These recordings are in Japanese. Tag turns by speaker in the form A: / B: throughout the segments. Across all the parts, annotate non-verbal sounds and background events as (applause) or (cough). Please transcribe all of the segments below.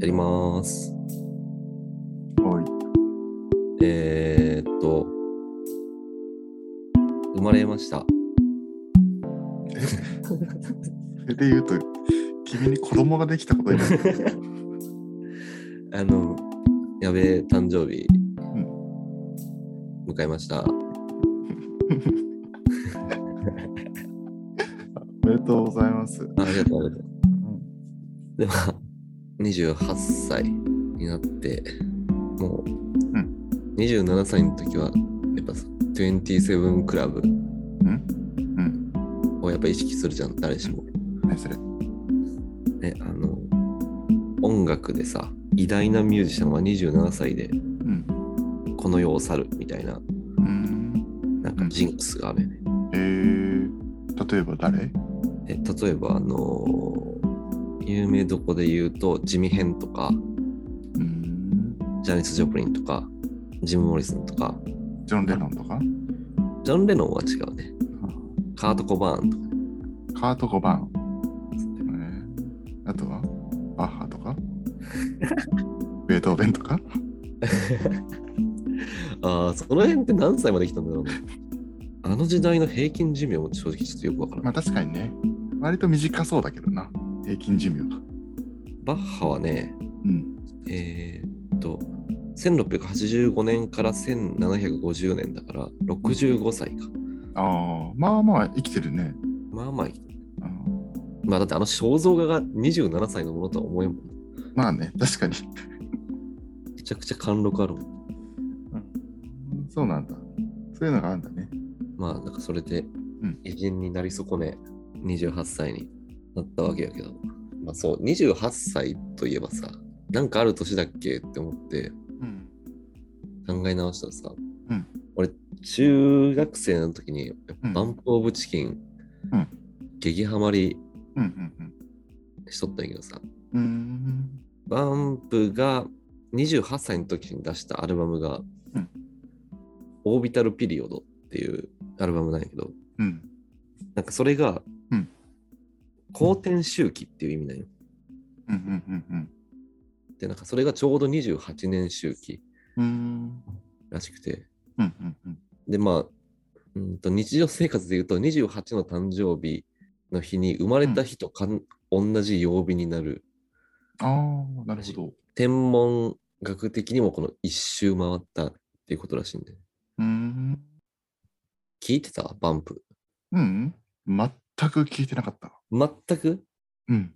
A: やります。
B: はい。
A: えー、っと、生まれました。
B: それで言うと、君に子供ができたことにな (laughs) る。
A: あの、やべえ、誕生日
B: ん、
A: 迎えました。
B: おめでとうございます。
A: あありがとう、ありがとう。では、28歳になって、もう、
B: うん
A: 27歳の時は、やっぱさ27クラブ
B: うんうん。
A: をやっぱ意識するじゃん、誰しも。
B: 何それ
A: ね、あの、音楽でさ、偉大なミュージシャンは27歳で
B: うん。
A: この世を去るみたいな、
B: うん。
A: なんかジンクスがあるよね。
B: えー、例えば誰
A: え例えば、あのー有名どこで言うと、ジミヘンとか、
B: うん。
A: ジャニス・ジョプリンとか、ジム・モリスンとか、
B: ジョン・レノンとか
A: ジョン・レノンは違うね。カート・コバーンとか、
B: カート・コバーン。えー、あとはバッハとか (laughs) ベートーベンとか
A: ああ、その辺って何歳まで来たんだろうね。あの時代の平均寿命も正直ちょっとよくわからない。
B: まあ確かにね、割と短そうだけどな、平均寿命が。
A: バッハはね、
B: うん。
A: えーっと、1685年から1750年だから、65歳か。
B: ああ、まあまあ生きてるね。
A: まあまあ生きてる、
B: うん
A: まあだってあの肖像画が27歳のものとは思えんもん。
B: まあね、確かに。
A: めちゃくちゃ貫禄あるもん。
B: そうなんだ。そういうのがあるんだね。
A: まあ、なんかそれで
B: ん、
A: 偉人になり損ね、28歳になったわけやけど。まあそう、28歳といえばさ、なんかある年だっけって思って、
B: うん。
A: 考え直したらさ、
B: うん
A: 俺中学生の時に
B: うん
A: バンプ・オブ・チキン、
B: うん
A: 激ハマり
B: うんうん
A: しとったんやけどさ
B: うん。うー
A: バ
B: ん。
A: ンプが28歳の時に出したアルバムが、
B: うん
A: オービタル・ピリオドっていうアルバムなんやけど
B: うん。
A: なんかそれが、
B: うん
A: 後天周期っていう意味なんよ
B: うんうんうん
A: でなんかそれがちょうど28年周期
B: うん。うーん。
A: らしくて
B: うんうんうん。
A: でまあうんと日常生活で言うと28の誕生日の日に生まれた日とかん、同じ曜日になる
B: ああ、なるほど。う
A: 天文学的にもこの一周回ったっていうことらしいんで
B: ーん。
A: 聞いてたバンプ
B: うん。全く聞いてなかった。
A: 全く
B: うん。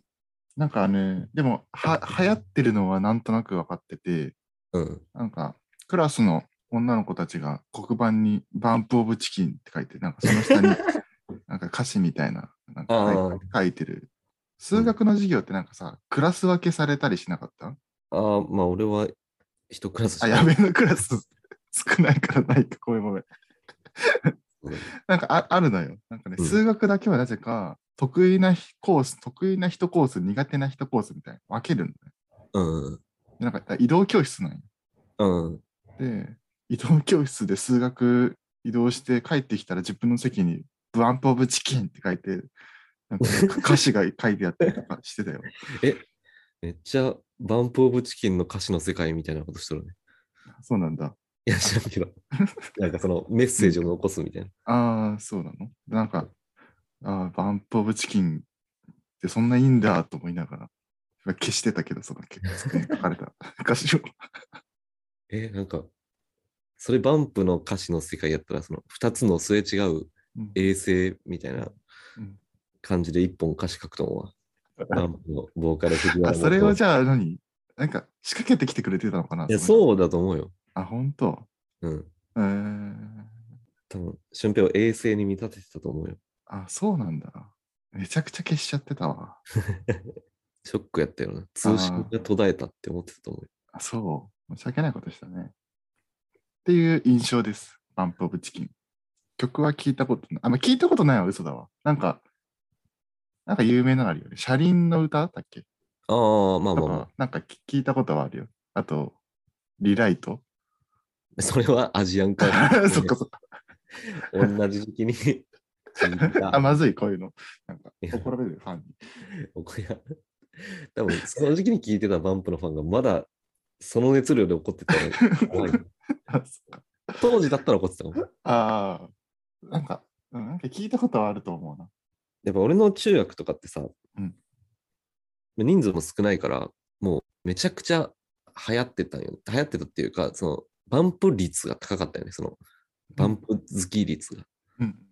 B: なんかね、でも、は、流行ってるのはなんとなく分かってて、
A: うん
B: なんか、クラスの女の子たちが黒板にバンプオブチキンって書いて、なんかその下に、なんか歌詞みたいな、なんか書い書いてる。数学の授業ってなんかさ、クラス分けされたりしなかった
A: ああまあ俺は一クラスしか
B: あ、やべえな、クラス少ないからないか、ごめんごめん
A: ごめん。
B: なんかああるのよ。なんかね、
A: うん
B: 数学だけはなぜか、得意なひコース、得意な人コース、苦手な人コースみたいな、分けるのね。
A: うん
B: でなんか移動教室なんよ。
A: うん
B: で、移動教室で数学移動して帰ってきたら自分の席にブアンプオブチキンって書いて、なんか歌詞が書いてあったりとかしてたよ。
A: えめっちゃバンプ・オブ・チキンの歌詞の世界みたいなことしとるね
B: そうなんだ。
A: いや知らん
B: (laughs)
A: けどなんかそのメッセージを残すみたいな
B: ああ、そうなのなんか、ああ、バンプオブチキンってそんないいんだと思いながら、消してたけど、その結構書かれた (laughs) 歌詞を。
A: え、なんか、それバンプの歌詞の世界やったら、その2つのすれ違う
B: うん
A: 衛星みたいな
B: うん
A: 感じで1本歌詞書くと思う
B: (laughs)
A: わ。バンプのボーカル藤
B: あ
A: 原
B: それを
A: ゃ
B: じゃあ何なんか仕掛けてきてくれてたのかない
A: や、
B: う。
A: そうだと思うよ。
B: あ、本当。
A: うん。
B: えー、
A: 多分、俊平を衛星に見立ててたと思うよ。
B: あ、そうなんだ。めちゃくちゃ消しちゃってたわ。
A: ショックやったよな。通信が途絶えたって思ってたと思うよ。
B: あそう。申し訳ないことしたね。っていう印象です。バンプオブチキン。曲は聞いたことない。あ、まあ、聞いたことないは嘘だわ。なんか、なんか有名なのあるよね。車輪の歌だっけ
A: ああ、まあ
B: と
A: まあま
B: か、なんか聞聞いたことはあるよ。あと、リライ
A: (laughs)
B: ト。
A: あ。 (laughs) それはアジアンカ
B: そっかそっか。
A: 同じ時期に聞い
B: あ、
A: た。 (laughs)
B: まずい、こういうの。なんか
A: いや
B: 怒られるよ、ファンに。
A: おこや多分その時期に聞いてたバンプのファンがまだその熱量で怒ってたら怖い。 (laughs)
B: あそっか
A: 当時だったら怒ってたかも。
B: あー、なんか、うんなんか聞いたことはあると思うな。
A: やっぱ俺の中学とかってさ、
B: うん
A: 人数も少ないから、もうめちゃくちゃ流行ってたんよ。流行ってたっていうか、そのバンプ率が高かったよね、そのバンプ好き率が。
B: うん。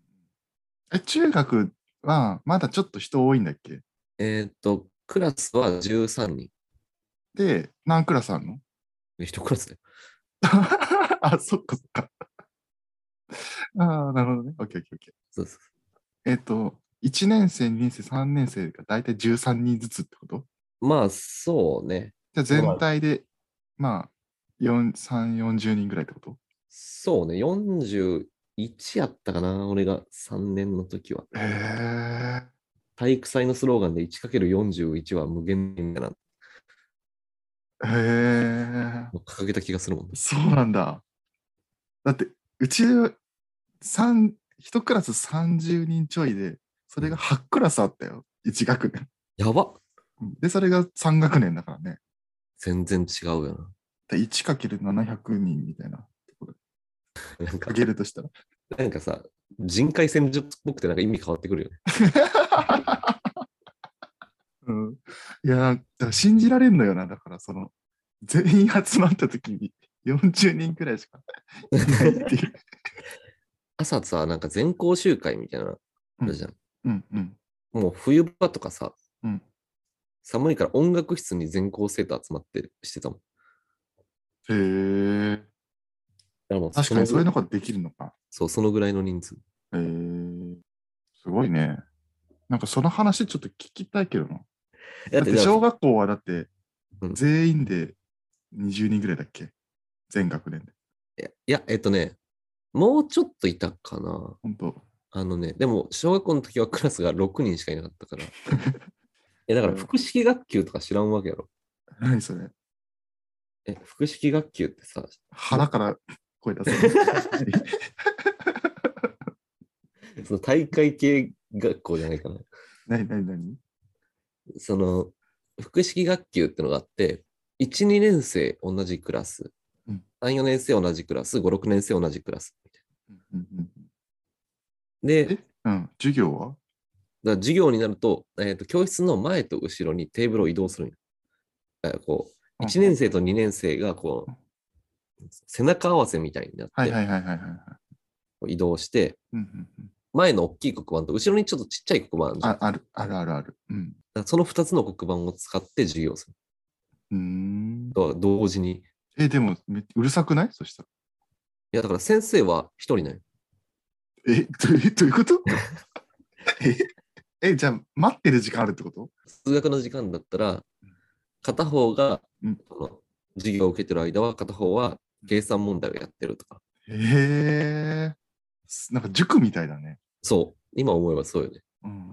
B: え、中学はまだちょっと人多いんだっけ
A: えーっと、クラスは13人。
B: で、何クラスあんの (laughs)
A: え一クラスで。
B: あ、そっかそっか。ああ、なるほどね。オッケーオッケーオッケ
A: そうそう
B: ー。えっ、と、1年生、2年生、3年生が大体13人ずつってこと
A: まあ、そうね。
B: じゃあ全体で、まあ、4 3、40人ぐらいってこと
A: そうね。41やったかな、俺が3年の時は。
B: へえ。
A: 体育祭のスローガンで 1×41 は無限みたいな
B: へえ。
A: の掲げた気がするもんね。
B: そうなんだ。だって、うち、三一クラス30人ちょいで、それが8クラスあったよ。1学年。
A: やばっ
B: で、それが3学年だからね。
A: 全然違うよ
B: で 1×700 人みたい
A: な。
B: な。
A: なんか
B: か、けるとしたら。
A: なんかさ、人海戦術っぽくてなんか意味変わってくるよね。
B: (laughs) うん、いや、だから信じられんのよな。だから、その、全員集まった時に40人くらいしかいないって (laughs) いう。
A: (laughs) 朝さ、なんか全校集会みたいなのあるじゃん。
B: うんうん。
A: もう冬場とかさ、
B: うん
A: 寒いから音楽室に全校生徒集まってしてたもん。
B: へ
A: だ
B: え。
A: からもう
B: 確か
A: そ
B: にそう
A: の
B: いうのができるのか。
A: そう、そのぐらいの人数。
B: へえ。すごいね。なんかその話ちょっと聞きたいけどな。
A: だ
B: だ
A: っ
B: ってて小学校はだって
A: うん
B: 全員で20人ぐらいだっけ全学年で。
A: いやいや、えっとね、もうちょっといたかな。
B: 本当
A: あのね、でも小学校の時はクラスが6人しかいなかった
B: (laughs)
A: から。え、だから複式学級とか知らんわけやろ。
B: 何それ
A: え、複式学級ってさ、
B: 腹から声出せない。
A: (laughs) その大会系学校じゃないかな。
B: 何何何
A: その、複式学級ってのがあって、1、2年生同じクラス、
B: うん
A: 3、4年生同じクラス、5、6年生同じクラス。
B: うんうんうん
A: で、だ
B: え
A: か
B: うん、授業は
A: ら授業になると、えっ、と、教室の前と後ろにテーブルを移動するんよだからこう、1年
B: 生。
A: 生と2年生がこう、背中合わせみたいになっ
B: はい
A: て
B: はいはいはいはいはい。
A: こう移動して、
B: うんうんうん
A: 前の大きい黒板と後ろにちょっとちっちゃい黒板あるじゃん
B: ああるあるあるある。うん。
A: だからその2つの黒板を使って授業する。
B: うーん
A: だから同時に。い
B: え、でもめうるさくないそしたら。
A: や、だから先生は1人なんよ
B: え、どういうどういうことええ、じゃあ待ってる時間あるってこと
A: 数学の時間だったら
B: ん、
A: 片方が、
B: うん
A: その授業を受けてる間は、片方は計算問題をやってるとか。
B: へえ。すなんか塾みたいだね。
A: そう。今思えばそうよね。
B: うん、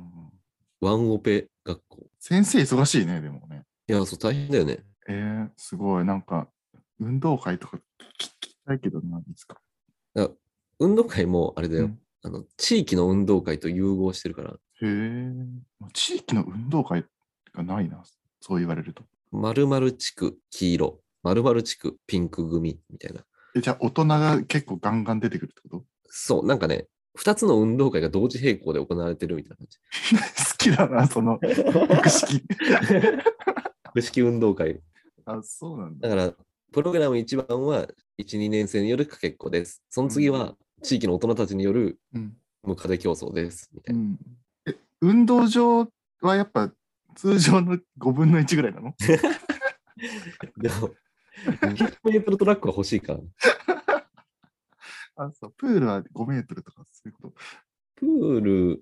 A: ワンオペ学校。
B: 先生忙しいね、でもね。
A: いや、そう、大変だよね。
B: えー、すごい。なんか、運動会とか聞きたいけどな、いつか。
A: だから運動会も、あれだよ、
B: うん
A: あの。地域の運動会と融合してるから、
B: へえ。地域の運動会がないな、そう言われると。
A: 〇〇地区黄色、〇〇地区ピンク組みたいな。
B: えじゃあ、大人が結構ガンガン出てくるってこと (laughs)
A: そう、なんかね、2つの運動会が同時並行で行われてるみたいな
B: 好きだな、
A: (laughs)
B: その、複式。 (laughs)
A: 感じ。 (laughs) 複式運動会。
B: あ、そうなんだ。
A: だから、プログラム1番は1、2年生によるかけっこです。その次は地域の大人たちによる
B: うん。
A: ムカデ競争です。みた
B: う
A: いな。
B: ん、え、運動場はやっぱ、通常の5分の1ぐらいなの (laughs)
A: でも、200メートルトラックは欲しいから、
B: あ、そう。プールは5メートルとか、そういうこと。
A: プール
B: ち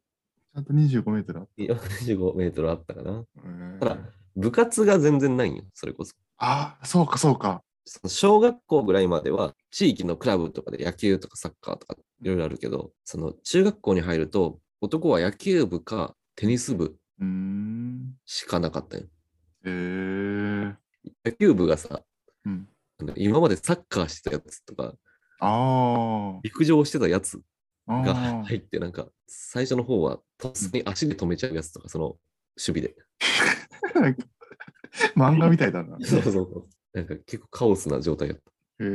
B: ゃんと25メートルあっ
A: 45メートルあったかな。
B: たね
A: ただ部活が全然ないんよ、それこそ。
B: あそうか、そうか。
A: その小学校ぐらいまでは地域のクラブとかで野球とかサッカーとかいろいろあるけど、その中学校に入ると男は野球部かテニス部
B: うーん。
A: しかなかったよ。
B: へえー。
A: 野球部がさ、
B: うん。
A: あの今までサッカーしてたやつとか、
B: あ
A: 陸上してたやつ
B: あ。あ
A: が
B: あ
A: 入って、なんか
B: (laughs)
A: 最初の方は突然足で止めちゃうやつとか、その守備で。 (laughs)
B: なんか (laughs) 漫画みたいだな。へ
A: そうそうそう。なんか結構カオスな状態だった。
B: え。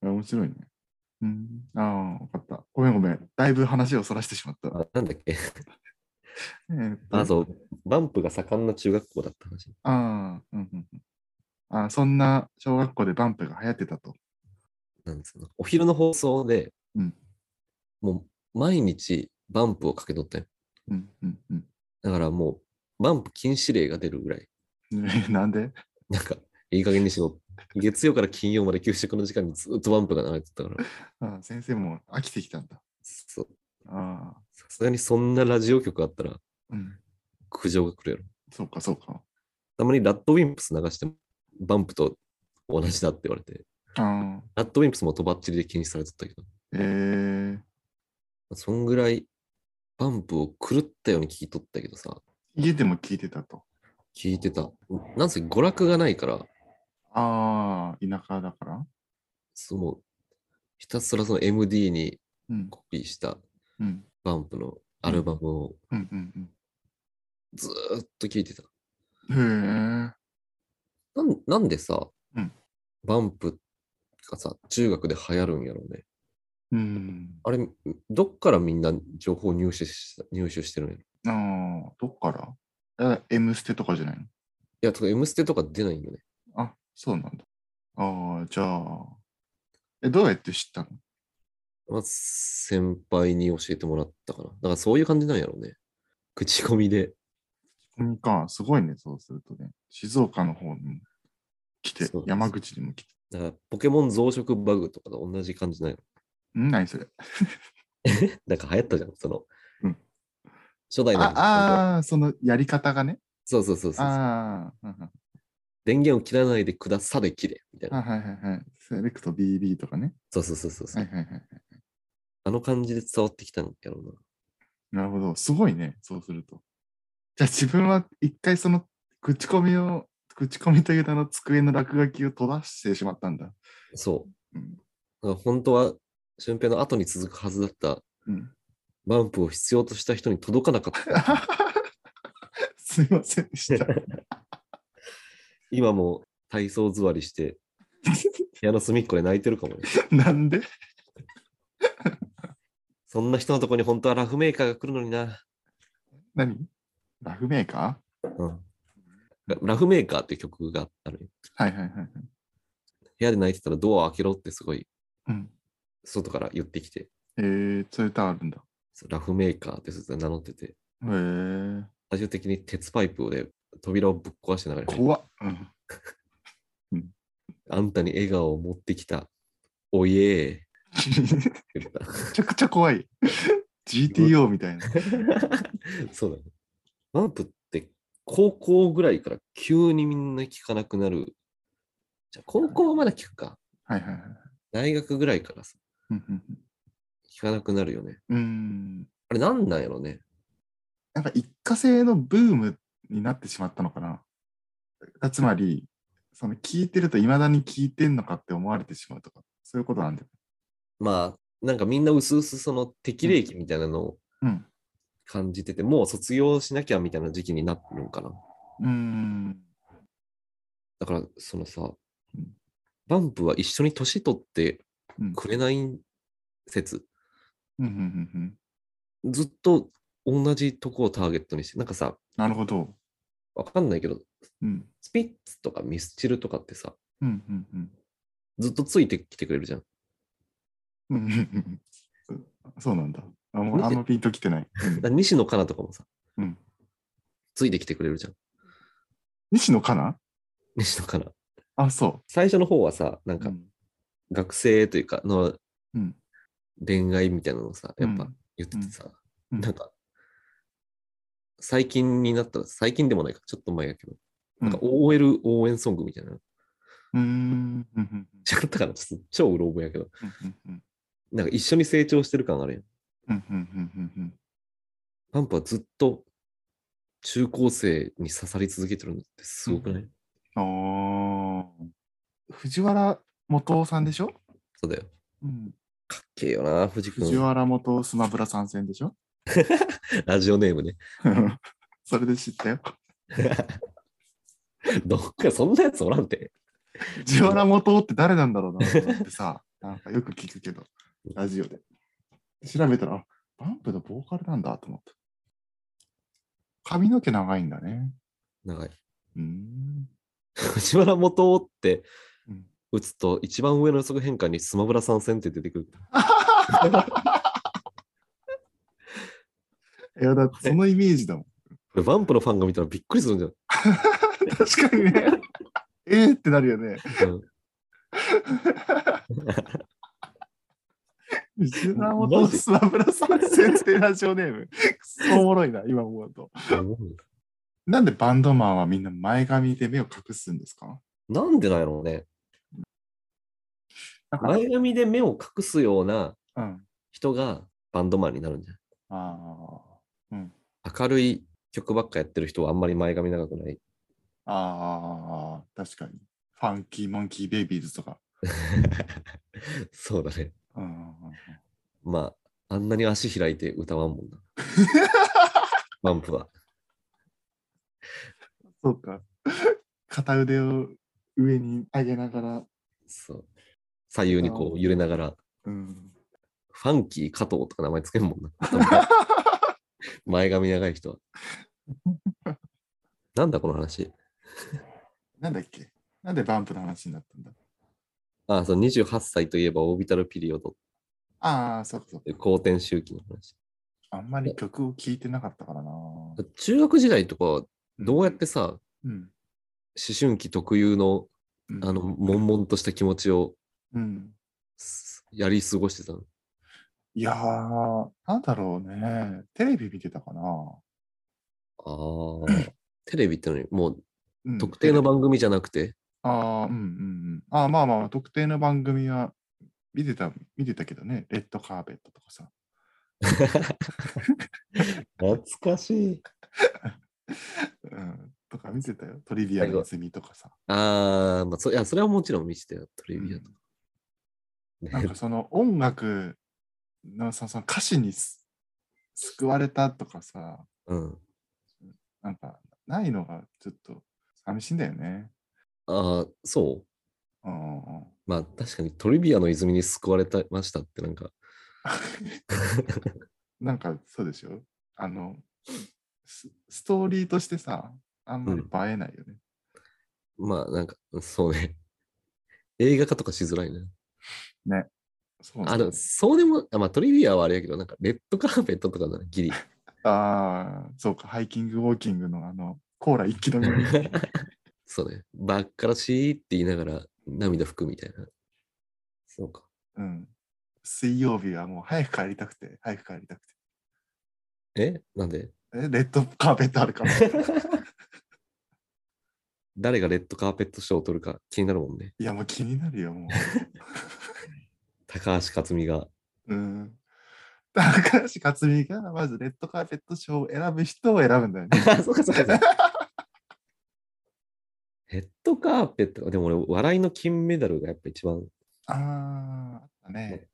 B: 面白いね。うん。ああ、わかった。ごめんごめん。だいぶ話をそらしてしまった。
A: あなんだっけ
B: えーっと
A: あ、そう。バンプが盛んな中学校だった話。
B: あーうんうんうんあー、そんな小学校でバンプが流行ってたと。
A: なんつうの。お昼の放送で、
B: うん
A: もう毎日バンプをかけとったよ。
B: うんうんうん
A: だからもう、バンプ禁止令が出るぐらい。
B: ねなんで
A: なんか、いい加減にしろ。月曜から金曜まで給食の時間にずっとバンプが流れてたから。
B: あー先生も飽きてきたんだ。
A: そう。
B: ああ、
A: さすがにそんなラジオ局あったら
B: うん。
A: 苦情が来るやろ。
B: そうかそうか。
A: たまにラッドウィンプス流しても、バンプと同じだって言われて、
B: ああ、
A: ラッドウィンプスもとばっちりで禁止されてたけど、
B: ええー。
A: そんぐらいバンプを狂ったように聞いとったけどさ、
B: 家でも聞いてたと。
A: 聞いてた。なんせ娯楽がないから、
B: ああ、田舎だから。
A: そのひたすらその MD に
B: うん。
A: コピーした
B: うん。
A: バンプのアルバムを
B: うんうん
A: ずーっと聞いてた。
B: うん。へえ。
A: なんなんでさ、
B: うん
A: バンプがさ、中学で流行るんやろうね。
B: うん。
A: あれ、どっからみんな情報入手し入手してるんやろ
B: ああ、どっからえ、M ステとかじゃないの
A: いや、とか M ステとか出ないんよね。
B: あ、そうなんだ。ああ、じゃあ。え、どうやって知ったの
A: まあ、先輩に教えてもらったかな。だからそういう感じなんやろうね。口コミで。
B: それか、すごいね、そうするとね。静岡の方にも来て
A: そう、です
B: 山口にも来て。
A: だからポケモン増殖バグとかと同じ感じなんやろ。
B: ん何それ
A: なんか流行ったじゃん、その。
B: うん
A: 初代の。
B: ああー、そのやり方がね。
A: そうそうそうそう。
B: ああ、うんうん
A: 電源を切らないでくださで切れ。みたい
B: あ
A: な。
B: はいはいはいはい。セレクト BB とかね。
A: そうそうそうそう。
B: は
A: う
B: いはいはい。
A: あの感じで伝わってきたんやろうな。
B: なるほど。すごいね、そうすると。じゃあ自分は一回その口コミを、口コミという名の机の落書きを閉ざしてしまったんだ。
A: そう
B: うん。
A: だから本当は、俊平の後に続くはずだった
B: うん、
A: バンプを必要とした人に届かなか
B: (laughs)
A: った。
B: すいませんでした。
A: 今も体操座りして、部屋の隅っこで泣いてるかもね。
B: なんで
A: そんな人のとこに本当はラフメーカーが来るのにな。
B: 何ラフメーカ
A: うん、ララフメーカーっていう曲があるよ。
B: ーはいはいはいはい。
A: 部屋で泣いてたらドアを開けろってすごい
B: うん、
A: 外から言ってきて、
B: えー、そういう歌あるんだ。
A: そうラフメーカーってそいつが名乗ってて、
B: へえー、
A: 最終的に鉄パイプで扉をぶっ壊して流れて、
B: 怖っ、うん。
A: あんたに笑顔を持ってきた。おいえー
B: め
A: って言っ
B: ちゃくちゃ怖い。GTO みたいな。
A: た。 (laughs) そうだね。バンプって高校ぐらいから急にみんな聞かなくなる。じゃあ高校はまだ聞くか。
B: はいはいはい。
A: 大学ぐらいからさ
B: うんうん
A: 聞かなくなるよね。
B: うんうん
A: あれなんなんやろね。
B: なんか一過性のブームになってしまったのかな。つまり、その聞いてるといまだに聞いてんのかって思われてしまうとか、そういうことなんだよ。
A: まあ、なんかみんな薄々その適齢期みたいなのを
B: うん。
A: 感じてて、もう卒業しなきゃみたいな時期になってるんかな。
B: うーん。
A: だから、そのさ
B: うん、
A: バンプは一緒に年取って
B: うん。
A: くれない説。
B: うん。うんうんうん。
A: ずっと同じとこをターゲットにして、なんかさ、
B: なるほど。
A: わかんないけど、
B: うん。
A: スピッツとかミスチルとかってさ、
B: うん。うんうん。
A: ずっとついてきてくれるじゃん。
B: うんうんうんそそうなんだ。あもうあんまピンときてない。うん
A: だから西野カナとかもさ、
B: うん
A: ついてきてくれるじゃん。
B: 西野かな
A: 西野カナ。
B: あ、そ
A: 最初の方はさ、なん
B: う。う
A: か
B: ん。
A: 学生というかの
B: うん
A: 恋愛みたいなのをさ、やっぱ
B: うん
A: 言っててさ、
B: うん
A: なんか、最近になったら、最近でもないか、ちょっと前やけど、なんか OL 応援ソングみたいなの。
B: うーん。うんうん
A: 違ったかなちょっと超うろ覚えやけど、
B: うんうん
A: なんか一緒に成長してる感あるやん。
B: うんうんうんうんうん
A: パンプはずっと中高生に刺さり続けてるのってすごくない、
B: うんあー藤原元夫さんでしょ
A: そうだよ。
B: うん。
A: かっけえよな、藤
B: 藤
A: 君。
B: 原元スマブラ参戦でしょ
A: ラジオネームね。
B: それで知ったよ。
A: どっか、そんなやつおらんて。
B: ジオラモトって誰なんだろうなと思ってさ、なんかよく聞くけど、ラジオで。調べたら、あバンプのボーカルなんだと思った。髪の毛長いんだね。
A: 長い。
B: うーん。
A: 藤原元夫って
B: うん
A: 打つと、一番上の予測変換にスマブラ参戦って出てくる。
B: いや、だってそのイメージだもん。
A: これ、バンプのファンが見たらびっくりするんじゃ
B: 確かにね。えーってなるよ
A: ん。
B: ね。
A: うん
B: ジオラモトスマブラさん先生ラジオネーム。くそおもろいな、今思うと。なんでバンドマンはみんな前髪で目を隠すんですか
A: なんでなんやろうね。
B: なんか、
A: 前髪で目を隠すような
B: うん。
A: 人がバンドマンになるんじゃん。
B: ああ。
A: 明るい曲ばっかやってる人はあんまり前髪長くない。
B: ああ、確かに。ファンキーモンキーベイビーズとか。
A: そうだね。
B: うんうんうん
A: まあ、あんなに足開いて歌わんもん
B: (laughs)
A: な。バンプは。
B: そうか。片腕を上に上げながら。
A: そう。左右にこう揺れながら、
B: うん、
A: ファンキー加藤とか名前つけんも (laughs) んな。前髪長い人は。 (laughs) なんだこの話。
B: なんだっけなんでバンプの話になったんだ
A: ああ、そう、28歳といえばオービタルピリオドっ
B: ああ、そうかそう
A: ていう公転周期の話。
B: か。あんまり曲を聴いてなかったからな。
A: 中学時代とか、どうやってさ、思
B: うん、
A: 春期特有の
B: うん
A: あの、、悶々とした気持ちを
B: うん。
A: すやり過ごしてた (laughs) の。
B: いやー、なんだろうね。テレビ見てたかな。
A: ああ。テレビってのに、もう
B: うん
A: 特定の番組じゃなくて、
B: ああ、うんうんうん。ああ、まあまあまあ、特定の番組は見てた、見てたけどね、レッドカーペットとかさ。
A: 懐かしい。
B: うん、とか見てたよ。トリビアの泉とかさ。
A: ああ、まあそ、いや、それはもちろん見せてよ、トリビアとか
B: うんなん
A: ね (laughs)
B: か。その音楽のそのその歌詞にす救われたとかさ、
A: うん。
B: なんかないのがちょっと寂しいんだよね。
A: ああ、そう。
B: うんうんうん。
A: まあ、確かにトリビアの泉に救われたましたって、なんか、
B: なんかそうでしょあのス、ストーリーとしてさ、あんまり映えないよね。
A: まあ、なんか、そうね。 (laughs) 映画化とかしづらいね。
B: そう
A: あ
B: なんだ
A: の、そうでも、あまあ、トリビアはあれやけど、なんか、レッドカーペットとかなら
B: (laughs)
A: ギリ。
B: ああ、そうか、ハイキングウォーキングのあの、コーラ一気飲み。
A: (laughs) そうね。ばっからしーって言いながら涙拭くみたいな。そうか。
B: うん。水曜日はもう早く帰りたくて、早く帰りたくて。
A: えなん
B: (laughs)
A: で
B: え、レッドカーペットあ
A: (laughs)
B: るかも。
A: 誰がレッドカーペット賞を取るか気になるもんね。
B: いや、もう気になるよ、もう。
A: 高橋克実が。
B: うん。高橋克実がまずレッドカーペット賞を選ぶ人を選ぶんだよね。
A: あ (laughs) そうかそうかそうか。レッドカーペット、でも俺、笑いの金メダルがやっぱ一番
B: あーあったね。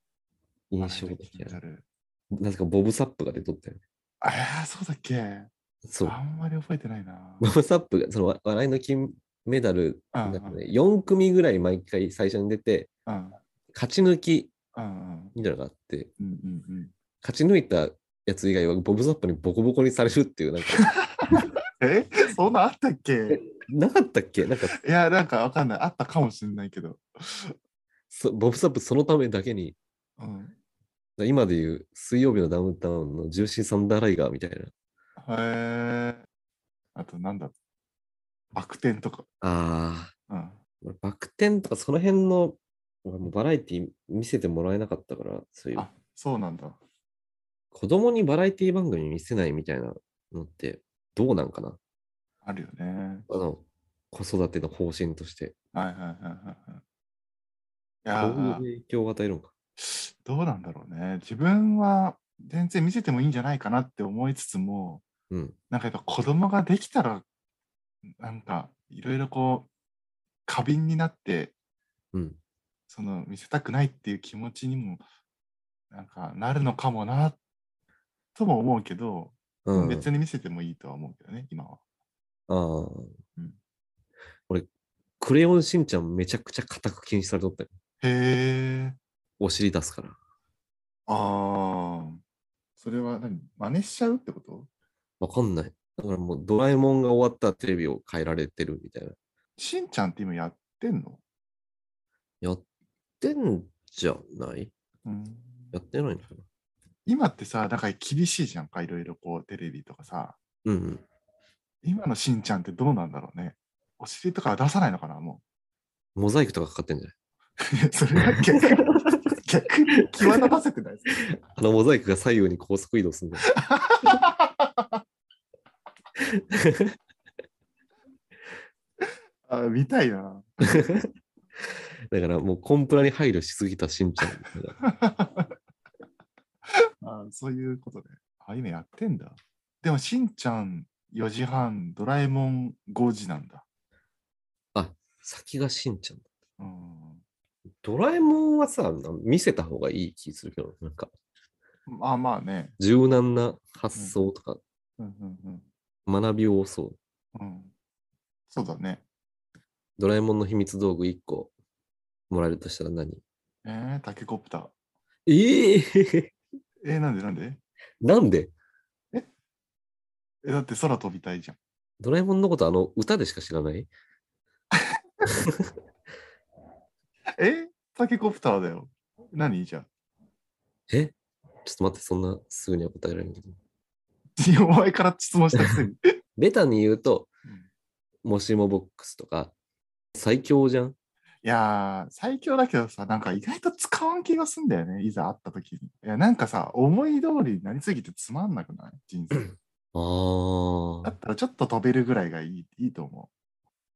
A: 印象的や
B: あ
A: な。
B: る。
A: なぜかボブ・サップが出とったよね。
B: あーそうだっけあ
A: そう。
B: んまり覚えてないな。
A: ボブ・サップが、その笑いの金メダル、
B: うん
A: な
B: う
A: ん
B: ん
A: かね、4組ぐらい毎回最初に出て、
B: うん
A: 勝ち抜き
B: うん
A: みたいなのがあって、
B: うんうんうん
A: 勝ち抜いたやつ以外はボブ・サップにボコボコにされるっていう、なんか、 (laughs)
B: えそんなんあったっけ
A: なかったっけなんか
B: いや、なんかわかんない。あったかもしれないけど。
A: そ、ボブ・サップそのためだけに、
B: うん、
A: 今でいう水曜日のダウンタウンのジューシー・サンダー・ライガーみたいな。
B: へえ。あと、なんだバク転とか。
A: あ
B: うん。
A: ー、バク転とかその辺の、俺もうバラエティ見せてもらえなかったから、そういう
B: あ、そうなんだ。
A: 子供にバラエティ番組見せないみたいなのってどうなんかな
B: あるよね。
A: あの、子育ての方針として。
B: はいはいはい
A: ど
B: は
A: ういう
B: い。はい。いやー、
A: 影響を与えるのか。
B: どうなんだろうね。自分は全然見せてもいいんじゃないかなって思いつつも、
A: うん。
B: なんかやっぱ子供ができたら、なんかいろいろこう、過敏になって、
A: うん。
B: その見せたくないっていう気持ちにも、なんかなるのかもな、とも思うけど、
A: うん、
B: 別に見せてもいいとは思うけどね、今は。
A: ああ、
B: うん
A: クレヨンしんちゃんめちゃくちゃ固く禁止されとったよ。
B: へえ。
A: お尻出すから。
B: ああ。それは何真似しちゃうってこと
A: わかんない。だからもうドラえもんが終わったらテレビを変えられてるみたいな。
B: しんちゃんって今やってんの
A: やってんじゃない
B: うん
A: やってないのかな
B: 今ってさ、なんか厳しいじゃんか、いろいろこうテレビとかさ。
A: うんうん。
B: 今のしんちゃんってどうなんだろうね。お尻とかは出さないのかな、も。
A: モザイクとかかかってんじゃないう
B: いや (laughs) それは逆に、逆に際立たせてないですか
A: あのモザイクが左右に高速移動するんだよ。
B: あ見たいな。 (laughs)
A: (laughs) だからもうコンプラに配慮しすぎたしんちゃんみたいな。
B: あそういうことね。あ、今やってんだ。でも、しんちゃん4時半、ドラえもん5時なんだ。
A: 先がしんちゃん。
B: うん。
A: ドラえもんはさ、見せた方がいい気するけど、なんか
B: まあまあね。
A: 柔軟な発想とか
B: うんうん
A: 学びをそう。
B: うん。うん、そうだね。
A: ドラえもんの秘密道具1個もらえるとしたら何
B: えー、タケコプター。
A: ええ
B: えー、なんでなんで
A: (laughs) なんで
B: え、だって空飛びたいじゃん。
A: ドラえもんのことあの歌でしか知らない
B: えタケコプターだよ。何じゃあ。 (laughs)
A: えちょっと待って、そんなすぐには答えられないけど。
B: いやお前から質問したくせ (laughs) に。
A: ベタに言うと、もしもボックスとか、最強じゃん
B: いやー、最強だけどさ、なんか意外と使わん気がすんだよね、いざ会った時に。いや、なんかさ、思い通りになりすぎてつまんなくない人生。
A: あ
B: だ
A: あ、
B: ったらちょっと飛べるぐらいがいいいいと思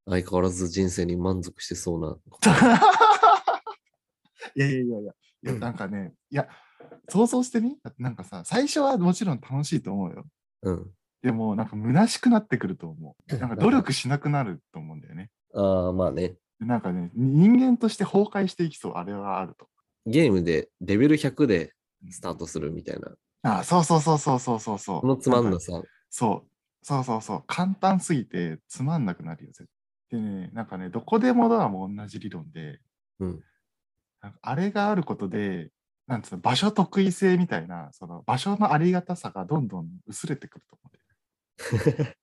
A: 相変わらず人生に満足してそうな。
B: (laughs) う。いやいやいやいや、いや
A: うん
B: なんかね、いや、想像してみだってなんかさ、最初はもちろん楽しいと思うよ。
A: うん。
B: でも、なんか虚しくなってくると思う。なんか努力しなくなると思うんだよね。
A: ああ、まあね。
B: なんかね、人間として崩壊していきそう、あれはあると。
A: ゲームでレベル100でスタートするみたいな。
B: あそうそうそうそうそうそうそう。
A: このつまんなさ。
B: そう。そうそうそう。簡単すぎてつまんなくなるよ、絶対。でね、なんかね、どこでもドアも同じ理論で、
A: うん
B: なんかあれがあることで、なんつうの、場所得意性みたいな、その場所のありがたさがどんどん薄れてくると思
A: (laughs)
B: うんだよね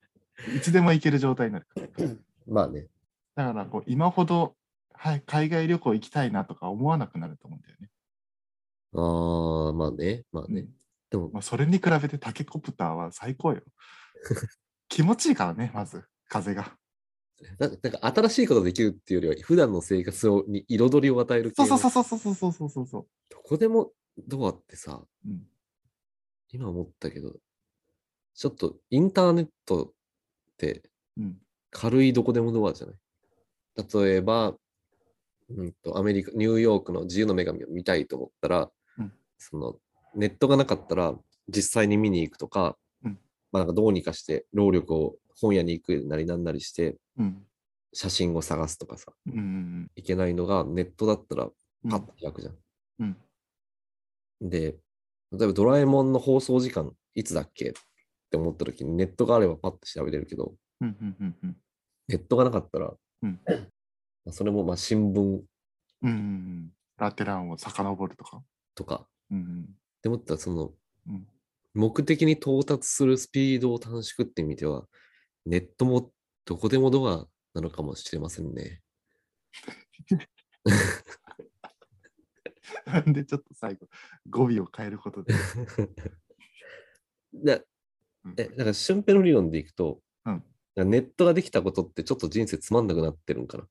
B: いつでも行ける状態になるから。
A: まあね。
B: だからこう、今ほど、はい、海外旅行行きたいなとか思わなくなると思うんだよね。
A: ああ、まあね。まあね。でも、
B: まあ、それに比べてタケコプターは最高よ。気持ちいいからね、まず、風が。
A: ななんか新しいことできるっていうよりは、普段の生活をに彩りを与える系
B: そ
A: の
B: うそうそうそうそうそうそうそうそう。
A: どこでもドアってさ、
B: うん、
A: 今思ったけど、ちょっとインターネットって
B: うん、
A: 軽いどこでもドアじゃない例えば、うんと、アメリカ、ニューヨークの自由の女神を見たいと思ったら、
B: うん
A: そのネットがなかったら実際に見に行くとか、
B: うん
A: まあなんかどうにかして労力を本屋に行くなりなんなりして
B: うん、
A: 写真を探すとかさ、
B: うんうん
A: いけないのがネットだったら
B: うん、
A: パッと開くじゃん。
B: うん、
A: で、例えばドラえもんの放送時間いつだっけって思った時にネットがあればパッと調べれるけど、
B: うん、うん、うん、うん、
A: ネットがなかったら、
B: うん
A: まあそれもまあ新聞
B: うん、うん、ラテランを遡るとか。
A: とか、
B: うん、
A: って思ったらその
B: うん、
A: 目的に到達するスピードを短縮って意味では、ネットもどこでもドアなのかもしれませんね。 (laughs)
B: うん。 (laughs) なんでちょっと最後、語尾を変えることで。
A: だ
B: う
A: (laughs)
B: ん
A: えだから、俊平の理論でいくと、
B: うん
A: ネットができたことってちょっと人生つまんなくなってるんかな。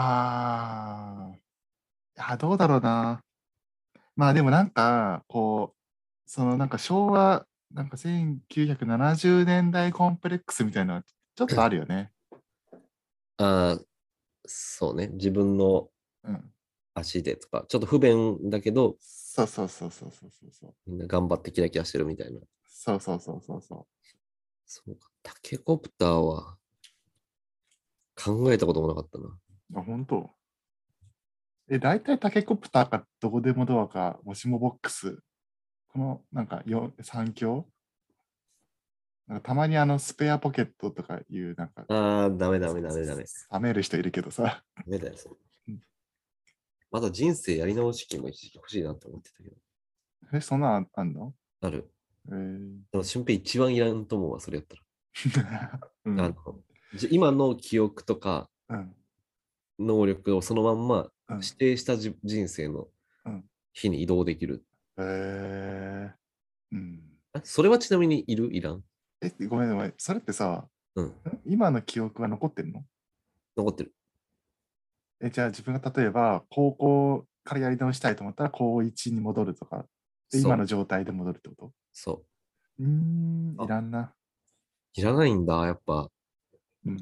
B: あーあ、どうだろうな。まあでもなんか、こう、そのなんか昭和、なんか1970年代コンプレックスみたいなのはちょっとあるよね。
A: ああ、そうね。自分の
B: うん。
A: 足でとか、ちょっと不便だけど、
B: そうそうそうそうそうそうそう。
A: みんな頑張ってキラキラしてるみたいな。
B: そうそうそうそうそう。
A: そうか。タケコプターは考えたこともなかったな。
B: あ、本当。え、大体タケコプターかどこでもドアか、もしもボックス。このなんかよ三強なんかたまにあのスペアポケットとかいうなんか、
A: ああ、ダメダメダメダメ。
B: 冷める人いるけどさ、 (laughs)
A: ダメだよ、そんなまだ人生やり直し期も一時期欲しいなと思ってたけど。
B: え、そんなのあんの
A: ある。
B: えー (laughs)
A: でも、俊平一番いらんと思うわ、それやった
B: う
A: ら。あ
B: ん
A: のじ今の記憶とか
B: うん
A: 能力をそのまんま
B: うん
A: 指定したじ人生の
B: うん
A: 日に移動できる。
B: えーうん
A: あそれはちなみにいるいらん
B: え、ごめんごめん。それってさ、
A: うん。
B: 今の記憶は残ってるの
A: 残ってる。
B: え、じゃあ自分が例えば高校からやり直したいと思ったら高1に戻るとか、で
A: そ
B: 今
A: う
B: の状態で戻るってこと
A: そう
B: ーん、
A: あ
B: いらんな。
A: う。いらないんだ、やっぱ。
B: うん、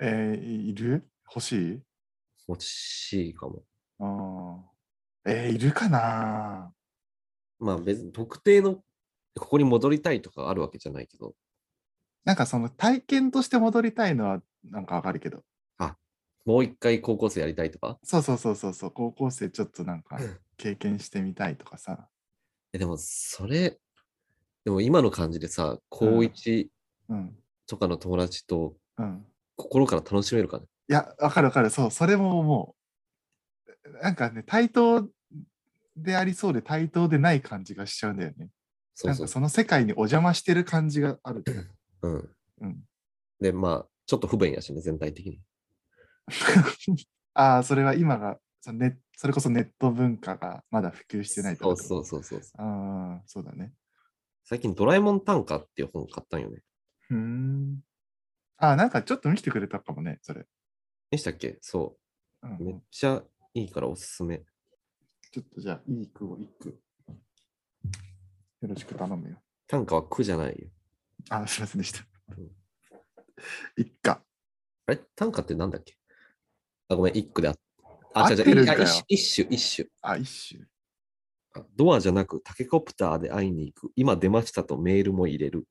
B: えーいいる欲しい
A: 欲しいかも。
B: あーえーいるかな
A: まあ別に特定の、ここに戻りたいとかあるわけじゃないけど。
B: なんかその体験として戻りたいのはなんかわかるけど。
A: もう一回高校生やりたいとか
B: そうそうそうそうそう、高校生ちょっとなんか
A: うん
B: 経験してみたいとかさ。
A: え、でもそれ、でも今の感じでさ、
B: う
A: 高
B: ん
A: 一
B: うん。
A: とかの友達と
B: うん。
A: 心から楽しめるかね。
B: いや、わかるわかる。そう、それも思う。なんかね、対等でありそうで対等でない感じがしちゃうんだよね。
A: そうそ
B: な
A: うん
B: か。その世界にお邪魔してる感じがある。
A: うん。
B: うん。 (laughs)
A: で、まあ、ちょっと不便やしね、全体的に。
B: ああ、それは今がそのネ、それこそネット文化がまだ普及してないって
A: そ
B: こ
A: う
B: と
A: そうそうそう。
B: ああ、そうだね。
A: 最近ドラえもん短歌っていう本買ったんよね。
B: うーん。ああ、なんかちょっと見せてくれたかもね、それ。
A: でしたっけそうう。めっ
B: ん、
A: ちゃいいからおすすめ。
B: ちょっとじゃあ、いい句を一句。よろしく頼むよ。
A: 短歌は苦じゃないよ。
B: あー、すいませんでした
A: うん。
B: 一家。
A: あれ短歌ってなんだっけあ、ごめん、一句であっ
B: 合
A: あ、違
B: っ
A: う
B: て
A: 違
B: る
A: うん
B: だ
A: あ
B: よ
A: 一一種、一種。
B: あ、一首。
A: あドアじゃなくタケコプターで会いに行く。今出ましたとメールも入れる。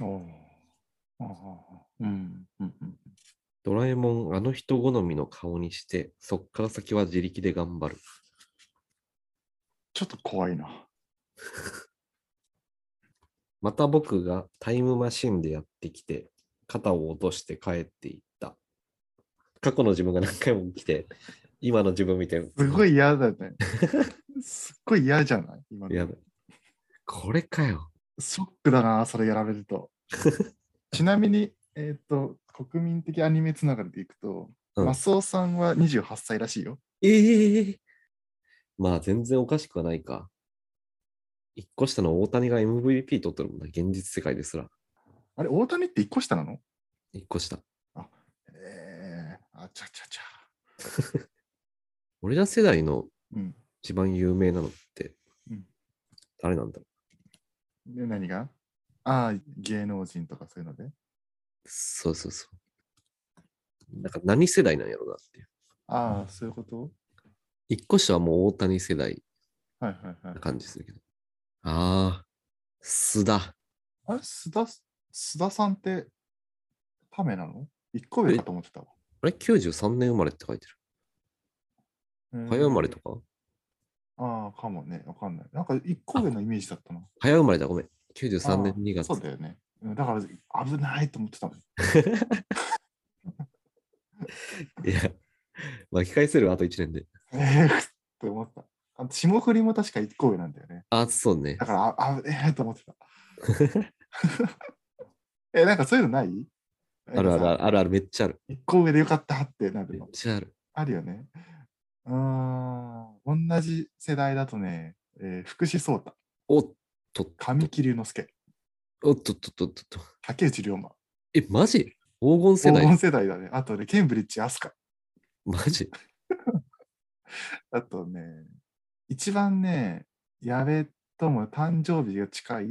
B: おお。うん。うん。うん
A: ドラえもん、あの人好みの顔にして、そっから先は自力で頑張る。
B: ちょっと怖いな。
A: また僕がタイムマシンでやってきて、肩を落として帰っていった。過去の自分が何回も来て、今の自分見て、
B: すごい嫌だね。すっごい嫌じゃない今の
A: やばい。これかよ。
B: ショックだな、それやられる (laughs) と。ちなみに、えっ、と、国民的アニメつながりでいくと、
A: うん
B: マスオさんは28歳らしいよ。
A: ええまあ、全然おかしくはないか。一個下の大谷が MVP 取ってるもんな、現実世界ですら。
B: あれ、大谷って1個下なの
A: 一個下。
B: えー、あちゃちゃちゃ。
A: 俺ら世代の
B: うん。
A: 一番有名なのって
B: うん、
A: 誰なんだろう。
B: で、何がああ、芸能人とかそういうので。
A: そうそうそう。なんか何世代なんやろうなっていう。
B: ああ、そういうこと
A: 一個下はもう大谷世代
B: はいはいはい
A: な。感じするけど。ああ、須田。
B: あれ、須田、須田さんって、ためなの ?1 個上かと思ってたわ。
A: あれ ?93 年生まれって書いてる。
B: 早
A: 早生まれとか
B: ああ、かもね。わかんない。なんか1個上のイメージだったな。
A: 早生まれだ、ごめん。93年
B: あー
A: 2月。
B: そうだよね。うんだから危ないと思ってたもん。
A: いや、 (laughs) 巻き返せるあと1年で。
B: えー、って思った。あの霜降りも確か1個上なんだよね。
A: あ、そうね
B: だ。からあ危ねえと
A: (laughs)
B: 思ってた。え、なんかそういうのない
A: あるあるあるあるある、めっちゃある。
B: 1個上でよかったってな
A: め
B: る
A: っ
B: の。
A: ちゃある。
B: あるよね。うーん、同じ世代だとね、えー福士蒼太、
A: おっとっと、
B: 神木隆之介、
A: おっとっとっとっとっと。
B: 竹内涼真、
A: え、マジ黄金世
B: 黄
A: 代
B: 金世代だね。あとね、ケンブリッジ飛鳥。
A: マジ
B: あとね、一番ね、矢部とも誕生日が近い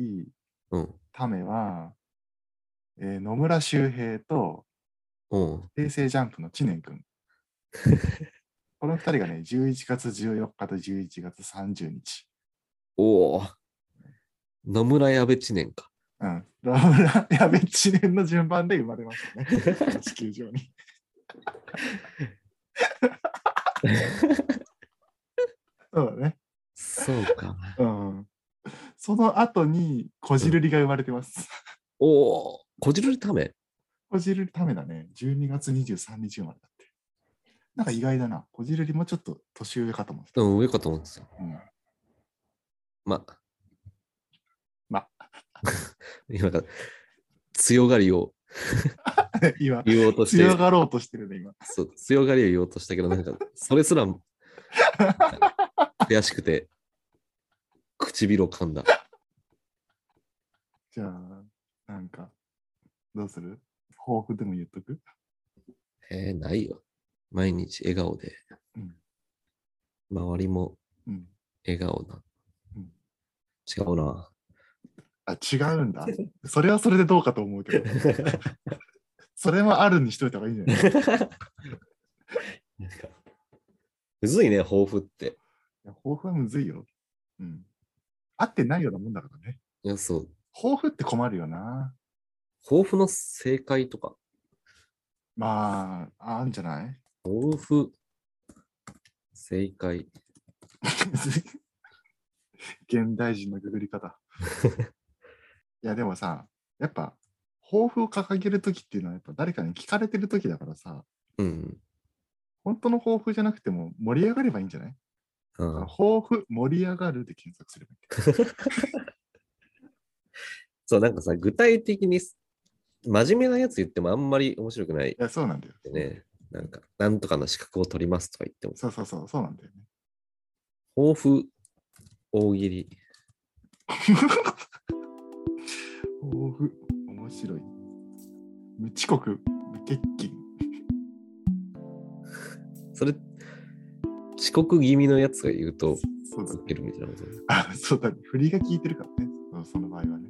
A: うん。
B: ためは、えー野村周平と
A: うん。
B: 平成ジャンプの知
A: (laughs)
B: 念君。この2人がね、11月14日と11月30日。
A: おお。野村矢部知念か。
B: うん。 (laughs) 野村、矢部知念の順番で生まれましたね。地球上に。そうだね。
A: そうか。
B: うん。その後に、こじるりが生まれてます。 (laughs)
A: おお、こじるため。
B: こじるりためだね。12月23日生まれだって。なんか意外だな。こじるりもちょっと年上かと思ってた。
A: うん、上かと思うんですよ。
B: うん (laughs)
A: まあ。
B: ま
A: あ。 (laughs) 今から、強がりを
B: 今、
A: 言おうとして、
B: 強がろうとしてるね、今。
A: そう強がりを言おうとしたけど、なんか、それす
B: (laughs)
A: ら、悔しくて、唇を噛んだ。
B: じゃあ、なんか、どうする抱負でも言っとく
A: えー、ないよ。毎日笑顔で、
B: うん。
A: 周りも
B: うん。
A: 笑顔な。
B: うん
A: 違うな。 (laughs)
B: あ、違うんだ。それはそれでどうかと思うけど。それはあるにしといた方がいいんじゃないい
A: なんかむずいね、抱負って。
B: や抱負はむずいよ。うん。合ってないようなもんだからね。
A: いや、そう。
B: 抱負って困るよな。
A: 抱負の正解とか、
B: まあ、あんじゃない (laughs)
A: 抱負、正解。
B: 現代人のググり
A: (laughs)
B: 方。いや、でもさ、やっぱ、抱負を掲げるときっていうのは、やっぱ誰かに聞かれてるときだからさ、
A: うん。
B: 本当の抱負じゃなくても盛り上がればいいんじゃない
A: うん、
B: 抱負盛り上がるで検索すればいい。
A: そう、なんかさ、具体的にす真面目なやつ言ってもあんまり面白くない
B: いや、そうなんだよ。
A: でね、なんか、なんとかの資格を取りますとか言っても、
B: そうそうそう、そうなんだよね。
A: 抱負、大喜利、
B: 抱負、面白い。無遅刻、無欠勤。
A: それ、遅刻気味のやつが言うと、
B: そうだね
A: 続けるみたいなこと。
B: あそうだね。振りが効いてるからね。そその場合はね。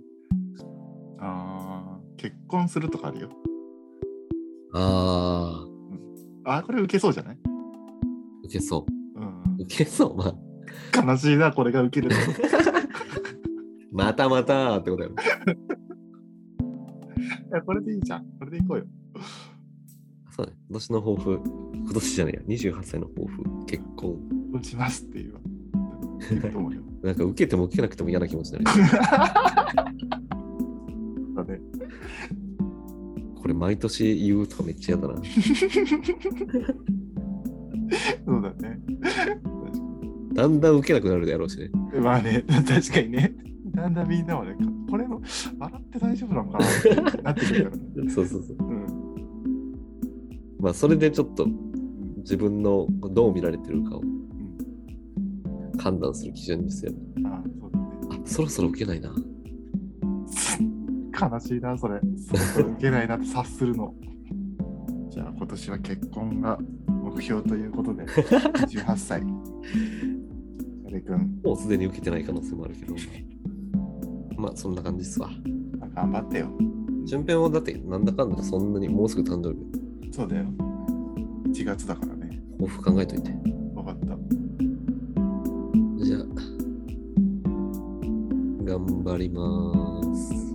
B: あー結婚するとかあるよ。
A: あ
B: あーこれ受けそうじゃない
A: ー、受けそうう。
B: ん。
A: 受けそう、まあ。
B: 悲しいな、これが受けると。
A: またまたってことやろ。
B: いや、これでいいじゃん。これでいこうよ。
A: そうね、今年の抱負、今年じゃないや、28歳の抱負、結婚。
B: 打ちますって言えば。いいと思うよ。
A: なんか受けても受けなくても嫌な気持ちになる。
B: だね。 (laughs)
A: これ毎年言うとかめっちゃ嫌だな。
B: そうだね。
A: だんだん受けなくなるだろうしね。
B: まあね、確かにね。だんだんみんなもね、これも笑って大丈夫なのかなってなってくるからね。
A: そうそうそう。
B: うん。
A: まあそれでちょっと自分のどう見られてるかを判断する基準ですよね。
B: ああ、そうだね。
A: あ、そろそろ受けないな。
B: 悲しいな、それ。それ受けないなって察するの。じゃあ、今年は結婚が目標ということで、18歳。阿部君、
A: もうすでに受けてない可能性もあるけど。まあそんな感じっすわ。
B: 頑張ってよ。
A: 順平もだってなんだかんだそんなにもうすぐ誕生日。
B: そうだよ。1月だからね。
A: 抱負考えといて。
B: 分かった。
A: じゃあ、頑張ります。